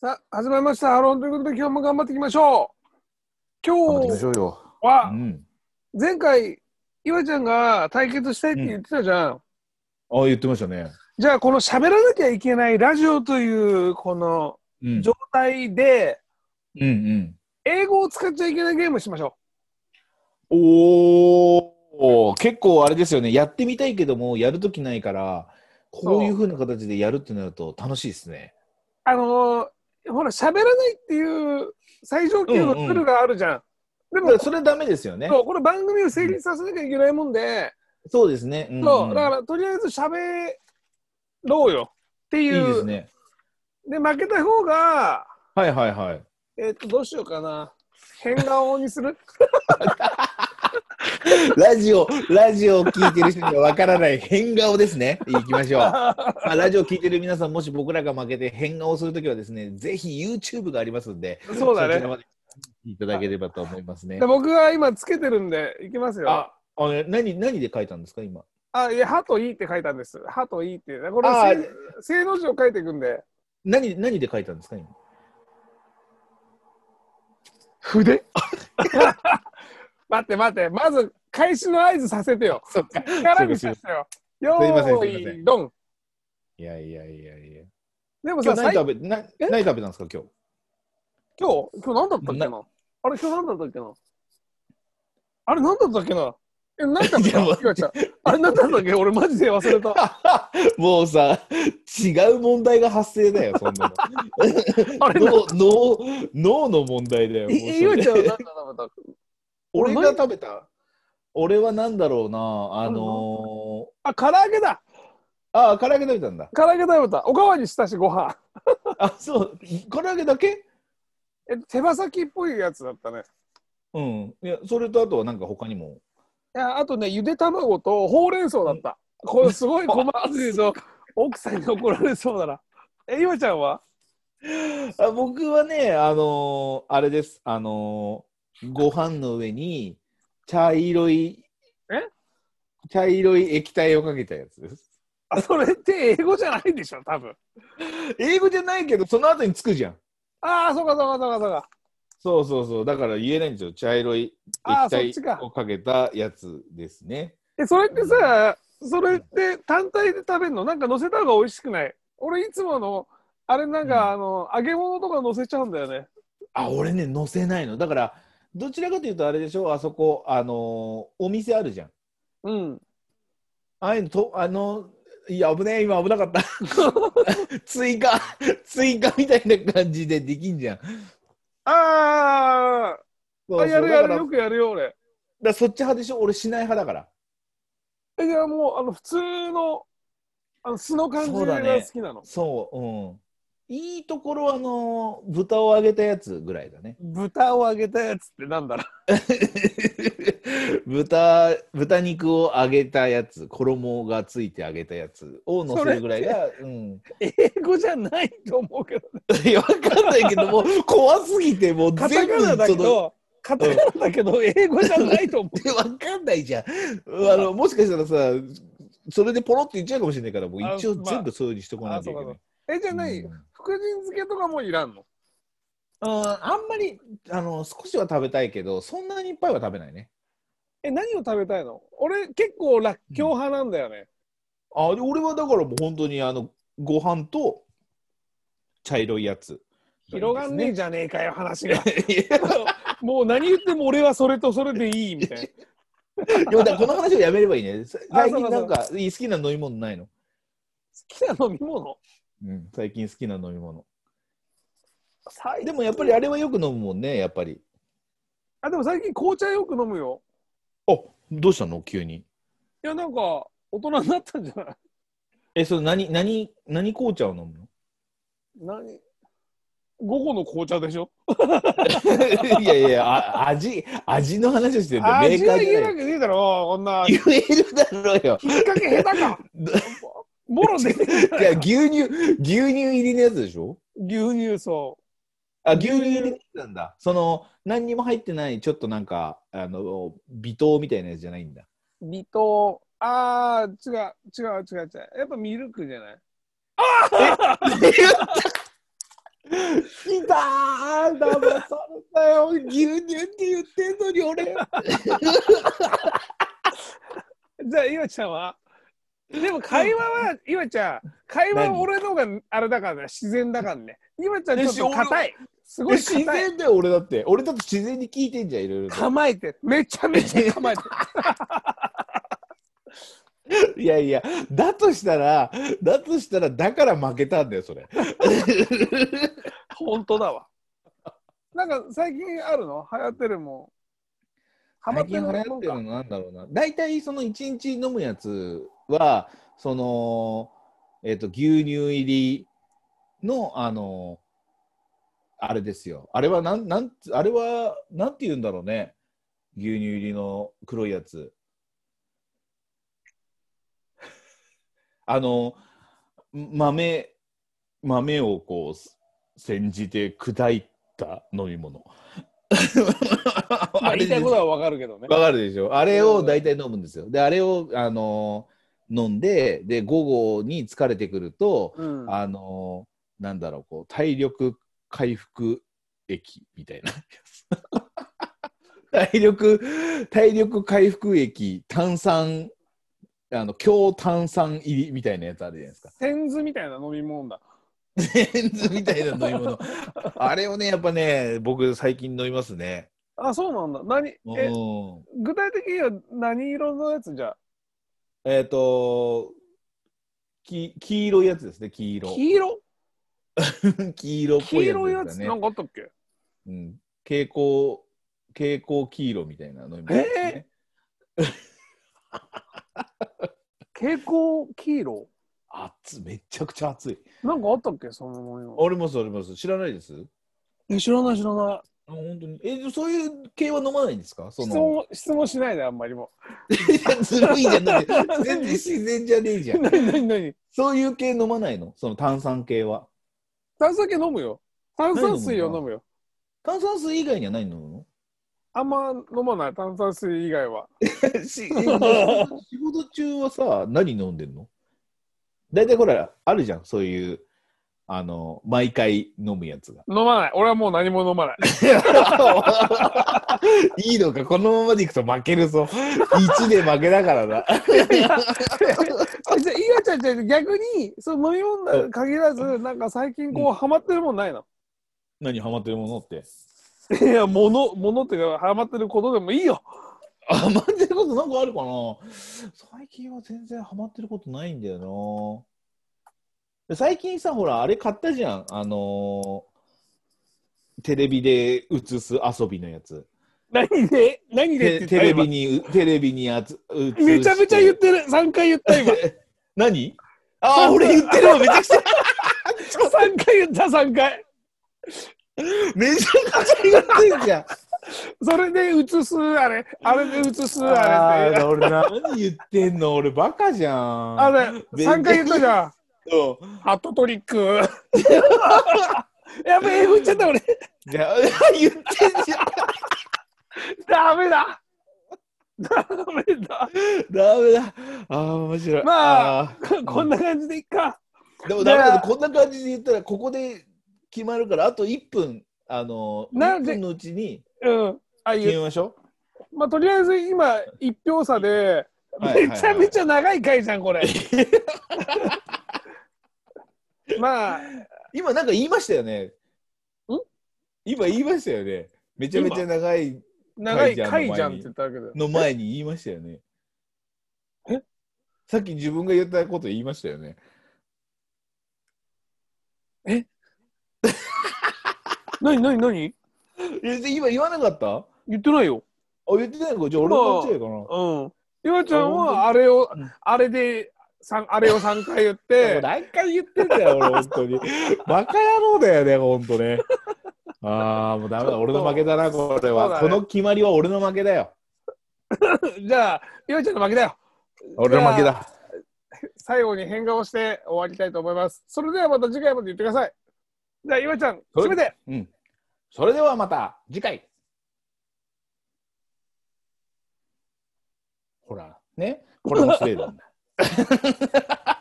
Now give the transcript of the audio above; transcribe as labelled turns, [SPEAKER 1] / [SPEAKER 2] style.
[SPEAKER 1] さあ、始まりました。ハロンということで、今日も頑張っていきましょう。今
[SPEAKER 2] 頑張っていきまし
[SPEAKER 1] 日
[SPEAKER 2] ょうよ。う
[SPEAKER 1] は、
[SPEAKER 2] ん。
[SPEAKER 1] 前回、岩ちゃんが対決したいって言ってたじゃん。
[SPEAKER 2] ああ、言ってましたね。
[SPEAKER 1] じゃあ、この喋らなきゃいけないラジオという、この
[SPEAKER 2] うん。
[SPEAKER 1] 状態で、
[SPEAKER 2] うんうん。
[SPEAKER 1] 英語を使っちゃいけないゲームしましょ
[SPEAKER 2] おー、結構あれですよね。やってみたいけども、やるときないから、こういうふうな形でやるってなると楽しいですね。
[SPEAKER 1] う。あのー、ほら、喋らないっていう最上級のルールがあるじゃん。
[SPEAKER 2] だか
[SPEAKER 1] で
[SPEAKER 2] ら
[SPEAKER 1] も、
[SPEAKER 2] それダメですよね。
[SPEAKER 1] そうこれ番組を成立させなきゃいけないもんで、
[SPEAKER 2] そうですね。うん
[SPEAKER 1] そう、だか
[SPEAKER 2] ん
[SPEAKER 1] ら、とりあえず喋ろうよっていう。
[SPEAKER 2] いいですね。
[SPEAKER 1] で、負けた方が、
[SPEAKER 2] はいはいはい。
[SPEAKER 1] えっ、と、どうしようかな。変顔にする
[SPEAKER 2] ラジオ、ラジオを聞いてる人にはわからない 変顔ですね。行きましょう。まあ、ラジオ聞いてる皆さん、もし僕らが負けて変顔するときはですね、ぜひ YouTube がありますんで、
[SPEAKER 1] そうだ
[SPEAKER 2] そちら
[SPEAKER 1] ね。
[SPEAKER 2] まで見ていただければと思いますね
[SPEAKER 1] で。僕は今つけてるんで、いきますよ。
[SPEAKER 2] あ、あの何何で書いたんですか今。
[SPEAKER 1] あ、いや、歯といいって書いたんです。歯といいって。これ
[SPEAKER 2] あ
[SPEAKER 1] 正、正の字を書いていくんで。
[SPEAKER 2] 何何で書いたんですか今。
[SPEAKER 1] 筆待って待って、まず開始の合図させてよ。
[SPEAKER 2] そっか。
[SPEAKER 1] 力にさせてよ。よ
[SPEAKER 2] すいません
[SPEAKER 1] ー
[SPEAKER 2] すいませ
[SPEAKER 1] い、ドン。
[SPEAKER 2] いやいやいやいや。
[SPEAKER 1] でも
[SPEAKER 2] 今
[SPEAKER 1] さ、
[SPEAKER 2] 日
[SPEAKER 1] 最今
[SPEAKER 2] 何食べな
[SPEAKER 1] え
[SPEAKER 2] 何食べたんですか今日。
[SPEAKER 1] 日、今日何だったっけなあれ、今日何だったっけなあれ、何だったっけなえ、何だった
[SPEAKER 2] いやも
[SPEAKER 1] っ
[SPEAKER 2] う
[SPEAKER 1] けなちゃんあれ、何だったっけ俺、マジで忘 れた。
[SPEAKER 2] もうさ違う問題が発生だよそんなの。
[SPEAKER 1] あれ
[SPEAKER 2] 脳脳脳の問題だよ。もうそれ
[SPEAKER 1] え、ゆうちゃんは何だった
[SPEAKER 2] 俺が食べた。俺はなんだろうなあの
[SPEAKER 1] あ、唐揚げだ
[SPEAKER 2] ー、あ唐揚げ食べた んだ。
[SPEAKER 1] 唐揚げ食べた。おかわりしたし、ご飯。
[SPEAKER 2] あそう唐揚げだけ？
[SPEAKER 1] え、手羽先っぽいやつだったね。
[SPEAKER 2] うん。いやそれとあとはなんか他にも。
[SPEAKER 1] いや、あとね、ゆで卵とほうれん草だった。これ、すごい細かく言うと、奥さんに怒られそうだな。え、ゆうちゃんは
[SPEAKER 2] あ僕はね、あのーあれです、あのーご飯の上に茶色い、
[SPEAKER 1] え
[SPEAKER 2] 茶色い液体をかけたやつです。
[SPEAKER 1] あ、それって英語じゃないでしょ、多分。
[SPEAKER 2] 英語じゃないけど、その後につくじゃん。
[SPEAKER 1] ああ、そうかそうかそうかそうか。
[SPEAKER 2] そうそうそう、だから言えないんですよ、茶色い
[SPEAKER 1] あーそっ
[SPEAKER 2] 液
[SPEAKER 1] ちか
[SPEAKER 2] 体をかけたやつですね。
[SPEAKER 1] え、それってさ、それって単体で食べるのなんか乗せた方が美味しくない俺、いつもの、あれなんか、あの、揚げ物とか乗せちゃうんだよね。
[SPEAKER 2] あ、俺ね、乗せないの。だから、どちらかというと、あれでしょ、あそこ、あのーお店あるじゃん。
[SPEAKER 1] うん。
[SPEAKER 2] ああいうのと、あの、いや、危ねえ、今危なかった。 追加、追加みたいな感じでできんじゃん。
[SPEAKER 1] あ
[SPEAKER 2] そ
[SPEAKER 1] ー
[SPEAKER 2] うそう
[SPEAKER 1] あ、やる
[SPEAKER 2] だ
[SPEAKER 1] やる、
[SPEAKER 2] から
[SPEAKER 1] よくやるよ、俺。
[SPEAKER 2] だからそっち派でしょ俺しない派だから。
[SPEAKER 1] え、じゃあもう、あの、普通の、あの、素の感じ
[SPEAKER 2] そう
[SPEAKER 1] が
[SPEAKER 2] だね
[SPEAKER 1] 好きなの。。
[SPEAKER 2] そう、うん。いいところはあのー豚を揚げたやつぐらいだね
[SPEAKER 1] 豚を揚げたやつってなんだろ
[SPEAKER 2] 豚豚肉を揚げたやつ衣がついて揚げたやつを乗せるぐらいが、うん、
[SPEAKER 1] う 英語じゃないと思うけど、
[SPEAKER 2] いや分かんないけどもう怖すぎてもう
[SPEAKER 1] カ
[SPEAKER 2] 全
[SPEAKER 1] タ
[SPEAKER 2] 部
[SPEAKER 1] カナだけ
[SPEAKER 2] その
[SPEAKER 1] ど、カタカナだけど、英語じゃないと思う。
[SPEAKER 2] 分かんないじゃんあのもしかしたらさそれでポロって言っちゃうかもしれないからもう一応
[SPEAKER 1] あまあ
[SPEAKER 2] 全部そういうふうにしとかなきゃいけない。
[SPEAKER 1] え、じゃあ何、
[SPEAKER 2] うん
[SPEAKER 1] 福神漬けとかもいらんの
[SPEAKER 2] うん、あんまりあの少しは食べたいけどそんなにいっぱいは食べないね。
[SPEAKER 1] え、何を食べたいの俺、結構、らっきょう派なんだよね。
[SPEAKER 2] あで俺はだからもう本当にあのご飯と茶色いやつ、
[SPEAKER 1] 広がんねえじゃねえかよ、話が。
[SPEAKER 2] い や
[SPEAKER 1] もう何言っても俺はそれとそれでいいみたいな。
[SPEAKER 2] でもだからこの話をやめればいいねさ
[SPEAKER 1] あ
[SPEAKER 2] 最
[SPEAKER 1] そうそうそ
[SPEAKER 2] 近
[SPEAKER 1] う
[SPEAKER 2] なんかいい好きな飲み物ないの、
[SPEAKER 1] 好きな飲み物
[SPEAKER 2] うん、最近好きな飲み物
[SPEAKER 1] 最
[SPEAKER 2] でもやっぱりあれはよく飲むもんねやっぱり
[SPEAKER 1] あでも最近紅茶よく飲むよ
[SPEAKER 2] あどうしたの急に
[SPEAKER 1] いやなんか大人になったんじゃない
[SPEAKER 2] えそれ何何何紅茶を飲むの
[SPEAKER 1] 何午後の紅茶でしょ
[SPEAKER 2] いやいやあ味味の話をしてるんだよメー
[SPEAKER 1] 味
[SPEAKER 2] カ
[SPEAKER 1] は
[SPEAKER 2] ーじ
[SPEAKER 1] 言
[SPEAKER 2] ゃ
[SPEAKER 1] え
[SPEAKER 2] な
[SPEAKER 1] ないくていいだろこんな引
[SPEAKER 2] 言えるだろうよ
[SPEAKER 1] っ掛け下手か もろ出てくるじゃ
[SPEAKER 2] いや
[SPEAKER 1] ないか
[SPEAKER 2] 牛乳牛乳入りのやつでしょ
[SPEAKER 1] 牛乳そ
[SPEAKER 2] あ、牛乳入りなんだ。その、何にも入ってない、ちょっとなんか、あの、微糖みたいなやつじゃないん だ。
[SPEAKER 1] う微糖あー違う違う違う違うやっぱミルクじゃない
[SPEAKER 2] 言ったいたー騙されたよ牛乳って言ってんのに 俺
[SPEAKER 1] じゃあ、岩ちゃんはでも会話は、岩ちゃん、会話は
[SPEAKER 2] 何
[SPEAKER 1] 俺の方があれだからね、自然だからね。岩ちゃん、ちょっと
[SPEAKER 2] よし俺は
[SPEAKER 1] 硬い。すごい
[SPEAKER 2] 自
[SPEAKER 1] 硬い。
[SPEAKER 2] 然だよ俺だって俺だって自然に聞いてんじゃんいろいろと
[SPEAKER 1] 構えてる。めちゃめちゃ構えてる。
[SPEAKER 2] いやいやだとしたらだとしたらだから負けたんだよそれ
[SPEAKER 1] 本当だわ。 なんか最近あるの流行ってるもん。ハマっ
[SPEAKER 2] 最
[SPEAKER 1] て
[SPEAKER 2] 近
[SPEAKER 1] る
[SPEAKER 2] 流
[SPEAKER 1] もん
[SPEAKER 2] 行ってるのなんだろうな大体その1日飲むやつはそのえっ、と牛乳入りのあのあれですよあれはなんなんつあれはなんて言うんだろうね牛乳入りの黒いやつあの豆豆をこう煎じて砕いた飲み物
[SPEAKER 1] まあ言いたいことはわかるけどね。
[SPEAKER 2] わかるでしょあれを大体飲むんですよ。で、あれを、あのー飲んで、で、午後に疲れてくると、
[SPEAKER 1] うん、
[SPEAKER 2] あのーなんだろう、こう、体力回復液みたいな。 体力、体力回復液、炭酸、あの、強炭酸入りみたいなやつあるじゃないです か。
[SPEAKER 1] センズみたいな飲み物だ。
[SPEAKER 2] レンズみたいな飲み物。 あれをね、やっぱね、僕最近飲みますね。
[SPEAKER 1] あ、そうなんだ。何え、
[SPEAKER 2] うん
[SPEAKER 1] 具体的には何色のやつじゃあ
[SPEAKER 2] えっ、とき、黄色いやつですね、黄色。
[SPEAKER 1] 黄色
[SPEAKER 2] 黄色っぽ
[SPEAKER 1] 黄
[SPEAKER 2] いやつ
[SPEAKER 1] 色いや
[SPEAKER 2] で
[SPEAKER 1] つ
[SPEAKER 2] すか
[SPEAKER 1] な
[SPEAKER 2] ね
[SPEAKER 1] ん。かあったっけ
[SPEAKER 2] うん、蛍光、蛍光黄色みたいな飲み物ですね。
[SPEAKER 1] 蛍光黄色
[SPEAKER 2] 熱い、めちゃくちゃ熱い。
[SPEAKER 1] なんかあったっけその飲み物。
[SPEAKER 2] あります、あります。知らないです
[SPEAKER 1] え知らない知らない。
[SPEAKER 2] あ本当に。え、そういう系は飲まないんですかそ
[SPEAKER 1] 質
[SPEAKER 2] の。
[SPEAKER 1] 問、質問しないであんまりも
[SPEAKER 2] ずるいじゃんだって全然自然じゃねえじゃ
[SPEAKER 1] う。
[SPEAKER 2] ん。
[SPEAKER 1] 何何何
[SPEAKER 2] そういう系飲まないのその炭酸系は。
[SPEAKER 1] 炭酸系飲むよ。炭酸水を飲むよ。
[SPEAKER 2] 炭酸水以外には何飲むの
[SPEAKER 1] あんま飲まない炭酸水以外は。。
[SPEAKER 2] し 仕事中はさ、何飲んでんの大体ほら、あるじゃん、そういう、あの、毎回飲むやつが
[SPEAKER 1] 飲まない。俺はもう何も飲まない。
[SPEAKER 2] いいのか、このままでいくと負けるぞ。1で負けだからな。
[SPEAKER 1] いやじゃあ、いやちゃんじゃあ逆に、その飲み物に限らず、なんか最近こう、ハマってるもんないの
[SPEAKER 2] 何ハマってるものって。
[SPEAKER 1] いや、物、物っていうか、ハマってることでもいいよ。
[SPEAKER 2] あ、ハマってることなんかあるかな最近は全然ハマってることないんだよな。最近さ、ほら、あれ買ったじゃん。あのーテレビで映す遊びのやつ。
[SPEAKER 1] 何で何でって言っ
[SPEAKER 2] テ
[SPEAKER 1] た
[SPEAKER 2] テレビ
[SPEAKER 1] 今
[SPEAKER 2] に、テレビにあつ映して
[SPEAKER 1] めちゃめちゃ言ってる。3回言った 今。
[SPEAKER 2] 何ああ、俺言ってるわ、めちゃくちゃ。
[SPEAKER 1] 3回言った、3回。
[SPEAKER 2] めちゃくちゃ言ってんじゃん。
[SPEAKER 1] それで映す、あれ。あれで映す、あれ
[SPEAKER 2] あ
[SPEAKER 1] って。
[SPEAKER 2] ー俺何言ってんの俺バカじゃん。
[SPEAKER 1] あれ、3回言ったじゃん。
[SPEAKER 2] うん
[SPEAKER 1] ハットトリッ ク。やべえ、英語言っちゃった俺。
[SPEAKER 2] じゃあ、 言ってんじゃん。
[SPEAKER 1] ダメだ。ダメだ。
[SPEAKER 2] ダメだ。ああ、面白い。
[SPEAKER 1] まあ
[SPEAKER 2] あ
[SPEAKER 1] こんな感じでいっか。
[SPEAKER 2] ー、でもダメ
[SPEAKER 1] で
[SPEAKER 2] だね。こんな感じで言ったら、ここで決まるから、あと1分、あのー、
[SPEAKER 1] な
[SPEAKER 2] 1
[SPEAKER 1] んで
[SPEAKER 2] 分のうちに
[SPEAKER 1] うん。あ
[SPEAKER 2] 決
[SPEAKER 1] い
[SPEAKER 2] め
[SPEAKER 1] う。
[SPEAKER 2] ましょ
[SPEAKER 1] まあ、とりあえず今、一票差で、
[SPEAKER 2] う。はいはい
[SPEAKER 1] めちゃめちゃ長い回じゃん、こ れ。まあ、
[SPEAKER 2] 今なんか言いましたよね。
[SPEAKER 1] ん
[SPEAKER 2] 今言いましたよね。めちゃめちゃ長い
[SPEAKER 1] 長い
[SPEAKER 2] 回じ
[SPEAKER 1] 回じ
[SPEAKER 2] ゃ
[SPEAKER 1] ゃ
[SPEAKER 2] ん
[SPEAKER 1] んって言ったわけだよ。
[SPEAKER 2] の前に言いましたよね。
[SPEAKER 1] え
[SPEAKER 2] さっき自分が言ったこと言いましたよね。
[SPEAKER 1] なになになに
[SPEAKER 2] えで今言わなかったあ
[SPEAKER 1] 言ってないよ。
[SPEAKER 2] 言ってないのかじゃあ俺の間違いかな。
[SPEAKER 1] うん。ゆわちゃんは、あれを
[SPEAKER 2] うん、
[SPEAKER 1] あれで、さんあれを3回言って、
[SPEAKER 2] 何回言ってんだよ、俺、本当に。バカ野郎だよね、本当ね。ああ、もうダメだ、俺の負けだな、これ
[SPEAKER 1] そう
[SPEAKER 2] は。
[SPEAKER 1] だ
[SPEAKER 2] こ
[SPEAKER 1] ね
[SPEAKER 2] の決まりは俺の負けだよ。
[SPEAKER 1] じゃあ、ゆわちゃんの負けだよ。
[SPEAKER 2] 俺の負けだ。
[SPEAKER 1] 最後に変顔して終わりたいと思います。それではまた次回まで言ってください。じゃあ、岩ちゃん、
[SPEAKER 2] それ
[SPEAKER 1] 締めて
[SPEAKER 2] うん。それではまた、次回。ほら、ね、これも失礼なんだ。